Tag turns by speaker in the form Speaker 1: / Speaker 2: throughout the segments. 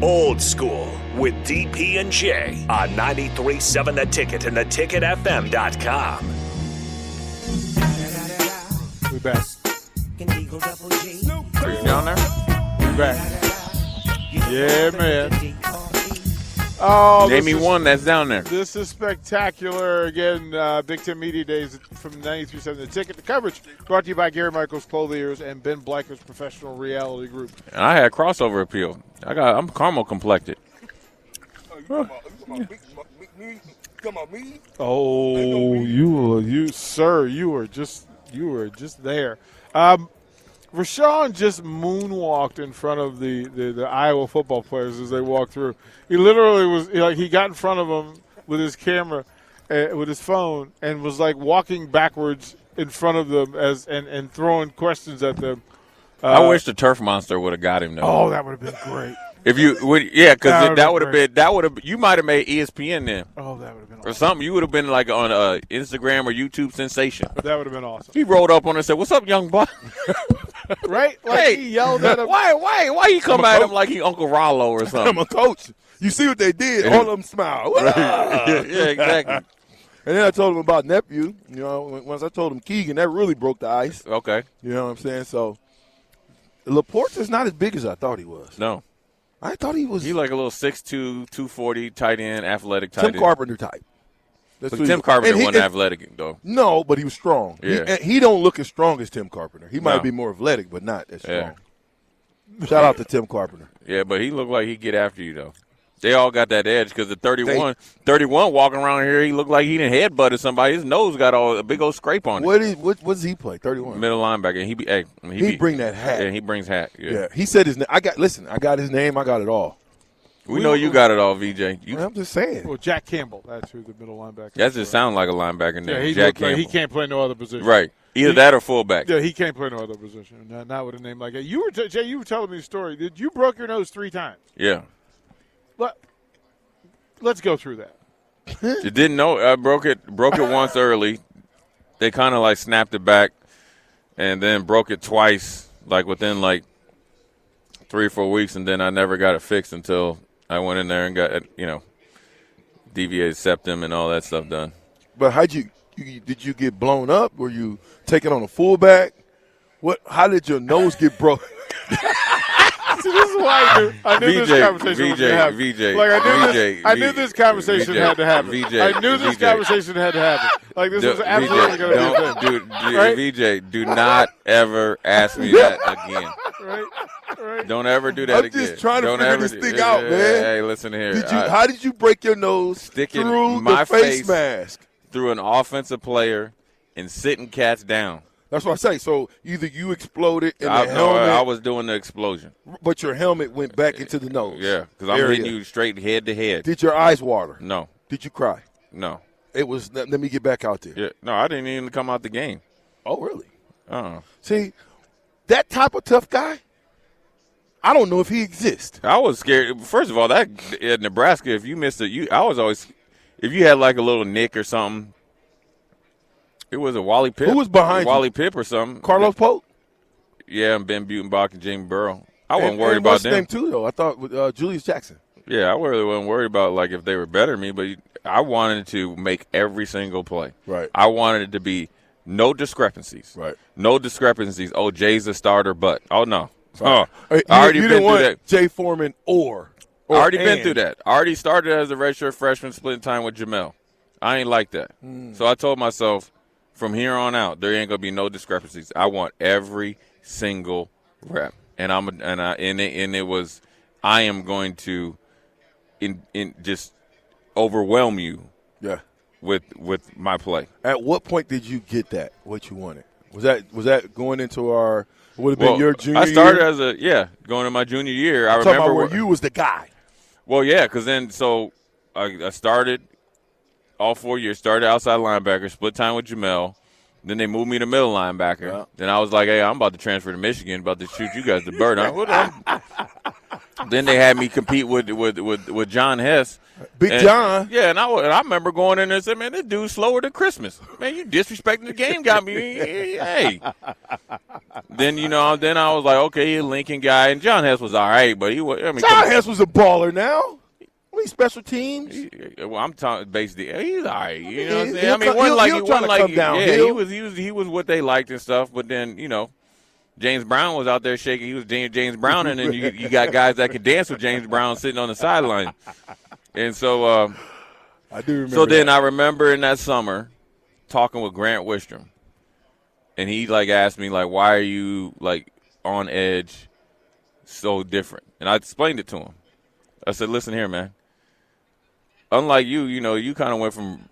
Speaker 1: Old School with DP and J on 93.7 The Ticket and theticketfm.com.
Speaker 2: We back.
Speaker 3: Eagle Double G.
Speaker 2: You down there? We back. Yeah, man. Oh,
Speaker 4: Name me
Speaker 2: this is-
Speaker 4: one that's down there.
Speaker 2: This is spectacular. Again, uh, Big Ten Media Days from 93.7 The Ticket. The coverage brought to you by Gary Michaels Poliers and Ben Blanker's Professional Reality Group.
Speaker 4: And I had crossover appeal. I got I'm caramel complected.
Speaker 2: Oh, you, you, sir, you were just, you were just there. Um, Rashawn just moonwalked in front of the, the, the Iowa football players as they walked through. He literally was like he got in front of them with his camera, uh, with his phone, and was like walking backwards in front of them as and, and throwing questions at them.
Speaker 5: Uh,
Speaker 4: I wish the turf monster would have got him though.
Speaker 2: Oh, that would have been great.
Speaker 4: If you would, yeah,
Speaker 2: That
Speaker 4: because
Speaker 2: would've
Speaker 4: that would have
Speaker 2: been great.
Speaker 4: been that would have you might have made E ESPN then
Speaker 2: Oh, that would have been
Speaker 4: or
Speaker 2: awesome.
Speaker 4: something. You would have been like on uh, Instagram or YouTube sensation.
Speaker 2: That would have been awesome,
Speaker 4: He rolled up on her and said, "What's up, young boy?
Speaker 2: right? Like
Speaker 4: Hey,
Speaker 2: he yelled at him.
Speaker 4: why, why, why you come
Speaker 5: I'm a
Speaker 4: at
Speaker 5: coach.
Speaker 4: him like he Uncle Rollo or
Speaker 5: I'm
Speaker 4: something?"
Speaker 5: a coach. You see what they did? All of them smile.
Speaker 4: yeah, yeah, exactly.
Speaker 5: And then I told him about nephew. You know, when- once I told him Keegan, that really broke the ice.
Speaker 4: Okay,
Speaker 5: You know what I'm saying? So Laporte is not as big as I thought he was.
Speaker 4: no,
Speaker 5: I thought he was
Speaker 4: he like a little 6'2", 240 tight end, athletic tight
Speaker 5: Tim
Speaker 4: end.
Speaker 5: Carpenter type. That's
Speaker 4: But
Speaker 5: who he
Speaker 4: Tim
Speaker 5: was.
Speaker 4: Carpenter
Speaker 5: And he-
Speaker 4: wasn't
Speaker 5: and-
Speaker 4: athletic though.
Speaker 5: No, but he was strong. He-
Speaker 4: Yeah.
Speaker 5: and He, don't look as strong as Tim Carpenter. He might
Speaker 4: No.
Speaker 5: be more athletic, but not as
Speaker 4: Yeah.
Speaker 5: strong. Shout out to Tim Carpenter.
Speaker 4: Yeah, but he looked like he get after you though. They all got that edge because the 31, 31 walking around here, he looked like he didn't headbutted somebody. His nose got all a big old scrape on
Speaker 5: What is what? What does he play? Thirty
Speaker 4: it.
Speaker 5: one.
Speaker 4: Middle linebacker, and he be hey, he,
Speaker 5: He
Speaker 4: be-
Speaker 5: bring that hat.
Speaker 4: Yeah, he brings hat. Yeah,
Speaker 5: Yeah. He said his name. I got listen. I got his name. I got it all.
Speaker 4: we, know you got it all, VJ. You,
Speaker 5: I'm just saying.
Speaker 2: Well, Jack Campbell. That's who the middle linebacker.
Speaker 4: that
Speaker 2: is.
Speaker 4: just sound like a linebacker name.
Speaker 2: Yeah, he,
Speaker 4: Jack
Speaker 2: looked like he
Speaker 4: Campbell.
Speaker 2: can't play no other position.
Speaker 4: Right, either
Speaker 2: He-
Speaker 4: that or fullback.
Speaker 2: Yeah, he can't play no other position. Not, not with a name like that. You were t- Jay. You were telling me the story. Did you broke your nose three times?
Speaker 4: yeah.
Speaker 2: Let, let's go through that.
Speaker 4: You didn't know I broke it broke it once early. They kind of like snapped it back, and then broke it twice, like within like three or four weeks, and then I never got it fixed until I went in there and got it, you know deviated septum and all that stuff done.
Speaker 5: But how'd you, you? Did you get blown up? Were you taken on a fullback? What? How did your nose get broke?
Speaker 2: See, this is why I knew, I knew
Speaker 4: VJ,
Speaker 2: this conversation was
Speaker 4: VJ,
Speaker 2: going to happen.
Speaker 4: VJ,
Speaker 2: like I knew this,
Speaker 4: VJ,
Speaker 2: I knew this conversation
Speaker 4: VJ,
Speaker 2: had to happen.
Speaker 4: VJ,
Speaker 2: I knew this
Speaker 4: VJ.
Speaker 2: conversation had to happen. Like this was
Speaker 4: Do-
Speaker 2: absolutely
Speaker 4: VJ,
Speaker 2: going to be a
Speaker 4: don't
Speaker 2: thing.
Speaker 4: do, do-
Speaker 2: Right?
Speaker 4: VJ, do not ever ask me that again.
Speaker 2: Right? Right?
Speaker 4: Don't ever do that
Speaker 5: I'm
Speaker 4: again.
Speaker 5: just trying to
Speaker 4: Don't
Speaker 5: figure
Speaker 4: ever
Speaker 5: this
Speaker 4: do-
Speaker 5: thing out,
Speaker 4: hey,
Speaker 5: man.
Speaker 4: Hey, listen here.
Speaker 5: Did you?
Speaker 4: I-
Speaker 5: how did you break your nose
Speaker 4: Stick in
Speaker 5: through
Speaker 4: my
Speaker 5: the face,
Speaker 4: face.
Speaker 5: mask?
Speaker 4: through an offensive player and sitting cats down.
Speaker 5: That's what I say. So either you exploded in the
Speaker 4: I, no,
Speaker 5: helmet,
Speaker 4: I was doing the explosion.
Speaker 5: but your helmet went back into the nose.
Speaker 4: Yeah, because I'm
Speaker 5: area.
Speaker 4: hitting you straight head to head.
Speaker 5: Did your eyes water?
Speaker 4: No,
Speaker 5: Did you cry?
Speaker 4: no,
Speaker 5: It was. Let, let me get back out there.
Speaker 4: yeah, no. I didn't even come out the game.
Speaker 5: Oh, really?
Speaker 4: Uh,
Speaker 5: See, that type of tough guy. I don't know if he exists.
Speaker 4: I was scared. First of all, that at Nebraska, if you missed it, you I was always if you had like a little nick or something. It was a Wally Pip.
Speaker 5: Who was behind you?
Speaker 4: Wally Pip or something?
Speaker 5: Carlos Pope.
Speaker 4: Yeah, and Ben Butenbach and Jamie Burrow. I wasn't
Speaker 5: And-
Speaker 4: worried
Speaker 5: and
Speaker 4: about
Speaker 5: what's his
Speaker 4: them.
Speaker 5: name too, though. I thought uh, Julius Jackson.
Speaker 4: Yeah, I really wasn't worried about like if they were better than me, but I wanted to make every single play.
Speaker 5: Right.
Speaker 4: I wanted it to be no discrepancies.
Speaker 5: Right.
Speaker 4: No discrepancies. Oh, Jay's a starter, but oh no. Oh,
Speaker 5: Hey, Uh, you-
Speaker 4: I already
Speaker 5: you
Speaker 4: been
Speaker 5: didn't
Speaker 4: through
Speaker 5: want
Speaker 4: that.
Speaker 5: Jay Foreman or,
Speaker 4: I
Speaker 5: or
Speaker 4: already been
Speaker 5: and.
Speaker 4: through that. I already started as a redshirt freshman, splitting time with Jamel. I ain't like that.
Speaker 5: Mm.
Speaker 4: So I told myself, from here on out, there ain't gonna be no discrepancies. I want every single rep, and I'm and I and it, and it was, I am going to, in in just overwhelm you
Speaker 5: Yeah.
Speaker 4: with with my play.
Speaker 5: At what point did you get that? What you wanted was that was that going into our would have been your junior.
Speaker 4: I started
Speaker 5: Year?
Speaker 4: as a yeah, going to my junior year. I
Speaker 5: I'm talking
Speaker 4: remember
Speaker 5: about where
Speaker 4: wh-
Speaker 5: you was the guy.
Speaker 4: Well, yeah, because then so I, I started all four years. Started outside linebacker, split time with Jamel. Then they moved me to middle linebacker.
Speaker 5: Yeah.
Speaker 4: Then I was like, "Hey, I'm about to transfer to Michigan. About to shoot you guys the bird." I'm, what- I'm- Then they had me compete with with with, with John Hess.
Speaker 5: Big
Speaker 4: And-
Speaker 5: John.
Speaker 4: Yeah, and I, wa- and I remember going in there and said, man, this dude's slower than Christmas. Man, you disrespecting the game got me. Hey. then, you know, then I was like, okay, he a Lincoln guy. And John Hess was all right, but he was, I mean,
Speaker 5: John
Speaker 4: come-
Speaker 5: Hess was a baller now. What special teams?
Speaker 4: Well, I'm talking basically. He's all right. You know what I'm
Speaker 5: He'll
Speaker 4: saying? I mean,
Speaker 5: come-
Speaker 4: one
Speaker 5: he'll-
Speaker 4: like
Speaker 5: he'll
Speaker 4: he
Speaker 5: try
Speaker 4: one
Speaker 5: to
Speaker 4: like
Speaker 5: come
Speaker 4: he-
Speaker 5: down.
Speaker 4: yeah, he
Speaker 5: He'll-
Speaker 4: was he was he was what they liked and stuff. But then you know, James Brown was out there shaking. He was James, James Brown, and then you you got guys that could dance with James Brown sitting on the sideline. And so, um,
Speaker 5: I do remember.
Speaker 4: so then I remember in that summer talking with Grant Wistrom, and he like asked me like, "Why are you like on edge, so different?" And I explained it to him. I said, "Listen here, man. Unlike you, you know, you kind of went from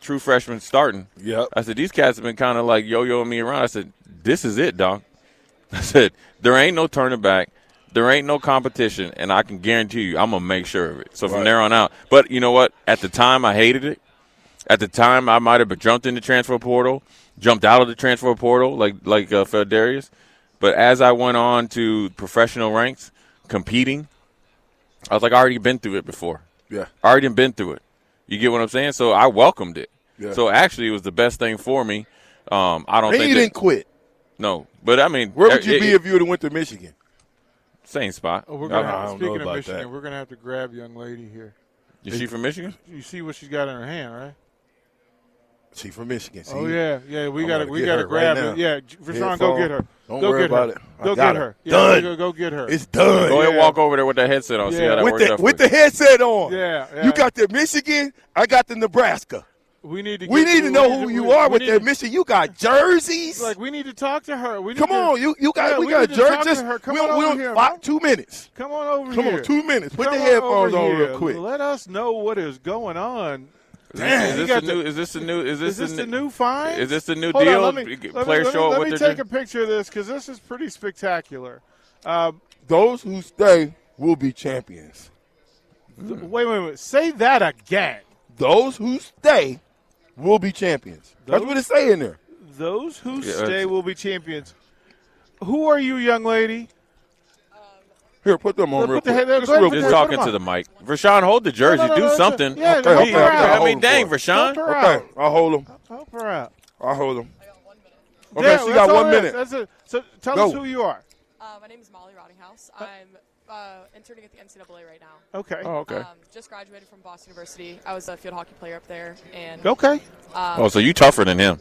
Speaker 4: true freshman starting.
Speaker 5: Yep.
Speaker 4: I said these cats have been kind of like yo-yoing me around. I said, "This is it, doc." I said, "There ain't no turning back." There ain't no competition, and I can guarantee you, I'm gonna make sure of it. So from there on out, but you know what? At the time, I hated it. At the time, I might have jumped in the transfer portal, jumped out of the transfer portal, like like uh, Feldarius. But as I went on to professional ranks, competing, I was like, I already been through it before.
Speaker 5: Yeah.
Speaker 4: I already been through it. You get what I'm saying? So I welcomed it.
Speaker 5: Yeah.
Speaker 4: So actually, it was the best thing for me. Um, I don't
Speaker 5: And
Speaker 4: think
Speaker 5: you
Speaker 4: that-
Speaker 5: didn't quit.
Speaker 4: no, but I mean,
Speaker 5: Where would you
Speaker 4: it-
Speaker 5: be
Speaker 4: it-
Speaker 5: if you would have went to Michigan?
Speaker 4: same spot?
Speaker 2: Oh, we're
Speaker 5: No,
Speaker 2: gonna
Speaker 5: no, I
Speaker 2: have,
Speaker 5: don't know
Speaker 2: speaking of
Speaker 5: about
Speaker 2: Michigan,
Speaker 5: that.
Speaker 2: we're gonna have to grab young lady here.
Speaker 4: Is she from Michigan?
Speaker 2: You see what she's got in her hand, right?
Speaker 5: She from Michigan. See?
Speaker 2: Oh yeah, yeah. We
Speaker 5: I'm
Speaker 2: gotta,
Speaker 5: gonna
Speaker 2: we
Speaker 5: get
Speaker 2: gotta
Speaker 5: her
Speaker 2: grab
Speaker 5: right
Speaker 2: her.
Speaker 5: now.
Speaker 2: Yeah, J- Rashawn, go
Speaker 5: Headphone.
Speaker 2: get her.
Speaker 5: Don't
Speaker 2: go
Speaker 5: worry
Speaker 2: get
Speaker 5: about
Speaker 2: her.
Speaker 5: it. I
Speaker 2: Go
Speaker 5: got
Speaker 2: get
Speaker 5: her.
Speaker 2: her. Yeah,
Speaker 5: Done.
Speaker 2: go, go get her.
Speaker 5: It's done.
Speaker 4: Go ahead,
Speaker 2: Yeah.
Speaker 4: walk over there with that headset on. See
Speaker 2: Yeah.
Speaker 4: how that
Speaker 5: with
Speaker 4: works
Speaker 5: the
Speaker 4: out for
Speaker 5: with
Speaker 4: you.
Speaker 5: the headset on.
Speaker 2: Yeah, yeah.
Speaker 5: You got the Michigan. I got the Nebraska.
Speaker 2: we need to.
Speaker 5: We
Speaker 2: get-
Speaker 5: need to know who
Speaker 2: we-
Speaker 5: you
Speaker 2: we-
Speaker 5: are
Speaker 2: we
Speaker 5: with
Speaker 2: need
Speaker 5: that
Speaker 2: to-
Speaker 5: Michigan. You got jerseys.
Speaker 2: Like we need to talk to her. We need
Speaker 5: Come
Speaker 2: to-
Speaker 5: on, you you got
Speaker 2: Yeah,
Speaker 5: we,
Speaker 2: we
Speaker 5: got
Speaker 2: need to talk to
Speaker 5: jerseys.
Speaker 2: her. Come
Speaker 5: we don't,
Speaker 2: on
Speaker 5: we
Speaker 2: over
Speaker 5: don't
Speaker 2: here,
Speaker 5: five-
Speaker 2: man.
Speaker 5: two minutes.
Speaker 2: Come on over
Speaker 5: Come
Speaker 2: here.
Speaker 5: on, two minutes. Put
Speaker 2: Come
Speaker 5: the
Speaker 2: on
Speaker 5: headphones
Speaker 2: over
Speaker 5: on
Speaker 2: here.
Speaker 5: real quick.
Speaker 2: Let us know what is going on.
Speaker 4: Is
Speaker 2: You
Speaker 4: this,
Speaker 2: got
Speaker 4: a new? Is this a new? Is this,
Speaker 2: Is this
Speaker 4: a
Speaker 2: the new find?
Speaker 4: Is this the new
Speaker 2: Hold on,
Speaker 4: deal?
Speaker 2: let me-
Speaker 4: P-
Speaker 2: let me-
Speaker 4: Players
Speaker 2: let me-
Speaker 4: show up
Speaker 2: Let
Speaker 4: with
Speaker 2: me
Speaker 4: their
Speaker 2: take a picture of this because this is pretty spectacular. Um,
Speaker 5: Those who stay will be champions.
Speaker 4: Hmm.
Speaker 2: Wait, wait, wait. Say that again.
Speaker 5: Those who stay will be champions. That's
Speaker 2: Those-
Speaker 5: what it's saying there.
Speaker 2: Those who
Speaker 4: Yeah,
Speaker 2: stay
Speaker 4: that's-
Speaker 2: will be champions. Who are you, young lady?
Speaker 5: Here, put them on
Speaker 2: Put
Speaker 5: real
Speaker 2: the
Speaker 5: quick.
Speaker 2: head-
Speaker 5: Just
Speaker 2: go ahead and put
Speaker 5: real quick.
Speaker 4: just
Speaker 2: put
Speaker 4: talking
Speaker 2: them
Speaker 4: to the
Speaker 2: on.
Speaker 4: mic. Rashawn, hold the jersey.
Speaker 2: No, no, no,
Speaker 4: Do
Speaker 2: no,
Speaker 4: something.
Speaker 2: yeah,
Speaker 5: Okay,
Speaker 2: help
Speaker 5: okay,
Speaker 4: Be-
Speaker 2: her out.
Speaker 4: I mean, dang,
Speaker 2: Help
Speaker 4: Rashawn.
Speaker 2: her
Speaker 5: Okay,
Speaker 2: out.
Speaker 5: I'll hold them.
Speaker 2: Help her out.
Speaker 5: I'll hold them. Okay,
Speaker 2: Yeah,
Speaker 5: she
Speaker 2: that's
Speaker 5: got
Speaker 2: all
Speaker 5: one
Speaker 2: it is.
Speaker 5: minute.
Speaker 2: That's it. So tell
Speaker 5: Go.
Speaker 2: us who you are.
Speaker 6: Uh, my name is Molly Rottinghouse. I'm uh, interning at the NCAA right now.
Speaker 2: Okay.
Speaker 4: Oh, okay.
Speaker 6: Um, just graduated from Boston University. I was a field hockey player up there, and
Speaker 2: Okay.
Speaker 4: Oh, so you tougher than him?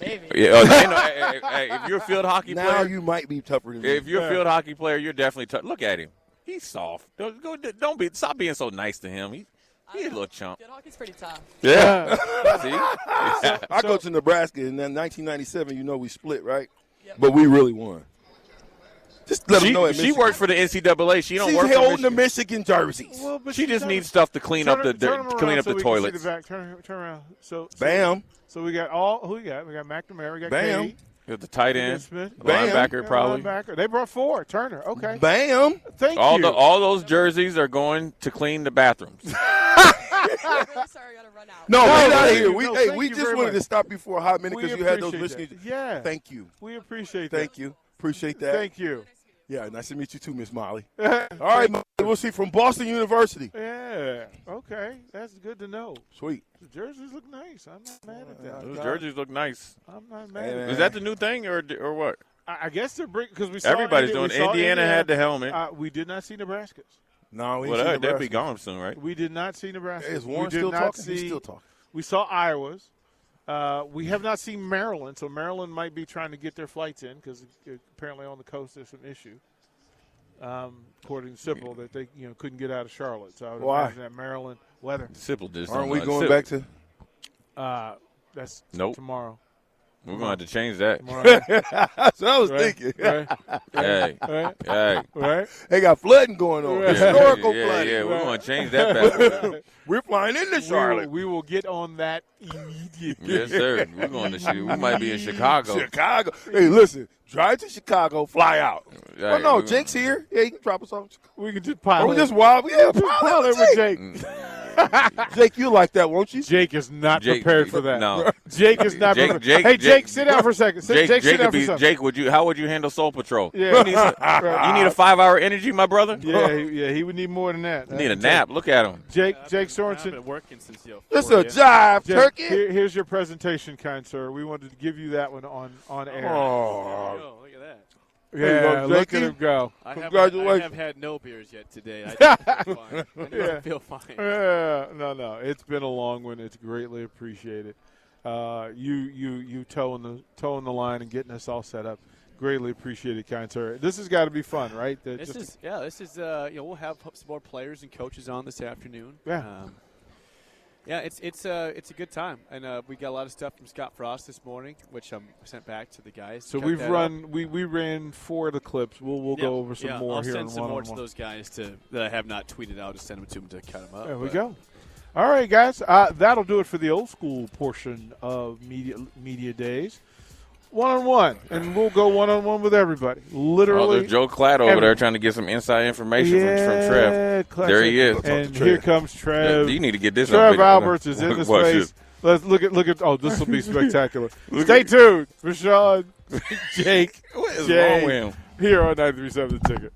Speaker 6: maybe
Speaker 4: Yeah. oh, you know, hey, hey, hey, if you're a field hockey
Speaker 5: Now
Speaker 4: player,
Speaker 5: you might be tougher than me.
Speaker 4: if you're a field hockey player, you're definitely tough. Look at him. He's soft. Don't, go, don't be. Stop being so nice to him. He, he's a little chump.
Speaker 6: field hockey's pretty tough.
Speaker 4: Yeah. See?
Speaker 5: I go to Nebraska, and then 1997, you know we split, right?
Speaker 6: Yep.
Speaker 5: But we really won. Just let them know.
Speaker 4: She,
Speaker 5: at
Speaker 4: she
Speaker 5: Michigan.
Speaker 4: works for the NCAA. She don't
Speaker 5: She's
Speaker 4: work for
Speaker 5: holding the
Speaker 4: Michigan.
Speaker 5: Michigan jerseys.
Speaker 2: Well, but
Speaker 4: She just
Speaker 2: turn-
Speaker 4: needs stuff to clean
Speaker 2: turn
Speaker 4: up
Speaker 2: her-
Speaker 4: the,
Speaker 2: turn 'em
Speaker 4: the clean
Speaker 2: around
Speaker 4: up
Speaker 2: so
Speaker 4: the
Speaker 2: we can see
Speaker 4: toilets.
Speaker 2: the back. Turn, turn around. So, so-
Speaker 5: Bam.
Speaker 2: So we got all. Who we got? We got McNamara. We got
Speaker 5: Bam.
Speaker 2: Katie.
Speaker 4: Got the tight
Speaker 2: we got
Speaker 4: end,
Speaker 2: Smith.
Speaker 5: Bam.
Speaker 4: linebacker,
Speaker 2: Yeah,
Speaker 4: probably.
Speaker 2: linebacker. They brought four. Turner. Okay.
Speaker 5: Bam.
Speaker 2: Thank
Speaker 4: All
Speaker 2: you.
Speaker 4: the all those jerseys are going to clean the bathrooms.
Speaker 6: I'm really sorry, I gotta run out.
Speaker 5: No, get out of
Speaker 2: thank
Speaker 5: here.
Speaker 2: you.
Speaker 5: We,
Speaker 2: No,
Speaker 5: hey,
Speaker 2: thank
Speaker 5: we
Speaker 2: you
Speaker 5: just
Speaker 2: very
Speaker 5: wanted
Speaker 2: much.
Speaker 5: to stop you for a hot minute
Speaker 2: We
Speaker 5: because you had those
Speaker 2: appreciate
Speaker 5: Michigan.
Speaker 2: that. Yeah.
Speaker 5: Thank you.
Speaker 2: we appreciate that.
Speaker 5: Thank you. Appreciate that.
Speaker 2: Thank you.
Speaker 5: Yeah, nice to meet you too, Miss Molly. All right, Molly, we'll see from Boston University.
Speaker 2: Yeah. Okay. That's good to know.
Speaker 5: Sweet.
Speaker 2: The jerseys look nice. I'm not mad at
Speaker 4: Those
Speaker 2: that.
Speaker 4: jerseys look nice.
Speaker 2: I'm not mad.
Speaker 5: Hey,
Speaker 2: at
Speaker 5: man.
Speaker 2: that.
Speaker 4: Is that the new thing or or what?
Speaker 2: I I guess they're bringing because we saw
Speaker 4: Everybody's
Speaker 2: Indi- we
Speaker 4: doing.
Speaker 2: saw
Speaker 4: Indiana had the helmet.
Speaker 2: Uh, we did not see Nebraska's.
Speaker 5: No, we
Speaker 4: Well,
Speaker 5: ain't seen
Speaker 4: that, they'll be
Speaker 5: Nebraska.
Speaker 4: gone soon, right?
Speaker 2: We did not see Nebraska.
Speaker 5: Is Warren
Speaker 2: we did
Speaker 5: still
Speaker 2: not
Speaker 5: talking?
Speaker 2: See,
Speaker 5: He's still talking.
Speaker 2: We saw Iowa's. Uh, we have not seen Maryland, so Maryland might be trying to get their flights in because apparently on the coast there's some issue, um, according to Sipple, that they you know couldn't get out of Charlotte. So I would
Speaker 5: Why?
Speaker 2: imagine that Maryland weather.
Speaker 4: Sipple just.
Speaker 5: Aren't
Speaker 4: don't
Speaker 5: we
Speaker 4: like
Speaker 5: going
Speaker 4: Sipple.
Speaker 5: back to?
Speaker 2: Uh, that's
Speaker 4: Nope.
Speaker 2: tomorrow.
Speaker 4: We're gonna have to change that.
Speaker 2: Tomorrow.
Speaker 5: That's what I was
Speaker 2: right,
Speaker 5: thinking.
Speaker 2: right,
Speaker 4: Hey,
Speaker 2: right,
Speaker 4: hey.
Speaker 2: right.
Speaker 5: They got flooding going on.
Speaker 2: Yeah.
Speaker 5: Historical
Speaker 4: yeah,
Speaker 5: flooding.
Speaker 4: Yeah, we're gonna change that back.
Speaker 5: We're flying into
Speaker 2: We will,
Speaker 5: Charlotte.
Speaker 2: we will get on that immediately.
Speaker 4: yes, sir. We're going to shoot. We might be in Chicago.
Speaker 5: Chicago. Hey, listen. Drive to Chicago, fly out.
Speaker 4: Hey,
Speaker 5: oh no,
Speaker 4: we're-
Speaker 5: Jake's here. Yeah, you can drop us off. in Chicago.
Speaker 2: We can just
Speaker 5: Or
Speaker 2: pile.
Speaker 5: we
Speaker 2: it.
Speaker 5: just wild. Yeah, pile
Speaker 2: Pile
Speaker 5: out
Speaker 2: it
Speaker 5: with Jake.
Speaker 2: with Jake.
Speaker 5: Jake, you like that, won't you?
Speaker 2: Jake is not
Speaker 4: Mm. Jake-
Speaker 2: prepared for that.
Speaker 4: no.
Speaker 2: Jake is not
Speaker 4: Jake-
Speaker 2: prepared.
Speaker 4: Jake-
Speaker 2: hey, Jake,
Speaker 4: Jake-
Speaker 2: sit down for a second. Sit,
Speaker 4: Jake,
Speaker 2: Jake, sit
Speaker 4: Jake,
Speaker 2: down
Speaker 4: would
Speaker 2: for a
Speaker 4: be,
Speaker 2: second.
Speaker 4: Jake, would you? How would you handle Soul Patrol?
Speaker 2: Yeah.
Speaker 4: You need, some- you need a five-hour energy, my brother.
Speaker 2: yeah, he- yeah, he would need more than that.
Speaker 4: Need a
Speaker 2: Jake-
Speaker 4: nap. Look at him.
Speaker 2: Jake, Jake
Speaker 7: I've
Speaker 2: Sorensen.
Speaker 7: been working since you.
Speaker 5: It's a jive
Speaker 2: Jake,
Speaker 5: turkey.
Speaker 2: here- here's your presentation, kind sir. We wanted to give you that one on on air.
Speaker 5: Oh,
Speaker 7: look at that.
Speaker 5: There you
Speaker 2: yeah,
Speaker 5: go,
Speaker 2: look at
Speaker 5: Jakey.
Speaker 2: him go.
Speaker 7: I haven't- I
Speaker 5: Congratulations.
Speaker 7: have had no beers yet today. I just feel fine. I just
Speaker 2: Yeah.
Speaker 7: feel fine.
Speaker 2: Yeah, no, no, it's been a long one. It's greatly appreciated. Uh, you, you, you towing the towing the line and getting us all set up. Greatly appreciated, kind sir. This has got to be fun, right? That
Speaker 7: This
Speaker 2: just-
Speaker 7: is yeah. This is uh, you know we'll have some more players and coaches on this afternoon.
Speaker 2: Yeah.
Speaker 7: Um, yeah, it's it's uh, it's a good time, and uh, we got a lot of stuff from Scott Frost this morning, which I um, sent back to the guys.
Speaker 2: so
Speaker 7: Check
Speaker 2: we've
Speaker 7: that out.
Speaker 2: run. We, we ran four of the clips. We'll we'll
Speaker 7: Yeah,
Speaker 2: go over some
Speaker 7: yeah,
Speaker 2: more
Speaker 7: I'll
Speaker 2: here
Speaker 7: send
Speaker 2: in
Speaker 7: some
Speaker 2: one
Speaker 7: more
Speaker 2: on
Speaker 7: to
Speaker 2: one.
Speaker 7: those guys to that I have not tweeted out. Just send them to them to cut them up.
Speaker 2: There we
Speaker 7: but-
Speaker 2: go. All right, guys, uh, that'll do it for the old school portion of media media days. One on one, and we'll go one on one with everybody.
Speaker 4: Oh,
Speaker 2: Literally,
Speaker 4: there's Joe Clatt over
Speaker 2: Every-
Speaker 4: there trying to get some inside information from, from Trev.
Speaker 2: Yeah, Clash-
Speaker 4: There he is. Talk to
Speaker 2: And
Speaker 5: Trev.
Speaker 2: here comes Trev.
Speaker 4: You need to get this. on
Speaker 2: Trev
Speaker 4: video.
Speaker 2: Alberts is in
Speaker 4: Look-
Speaker 2: this
Speaker 4: watch
Speaker 2: place.
Speaker 4: this.
Speaker 2: Let's look at look at. Oh, this will be spectacular. Stay tuned, Rashawn, Jake,
Speaker 4: What is
Speaker 2: Jake,
Speaker 4: wrong with him?
Speaker 2: here on 937 The Ticket.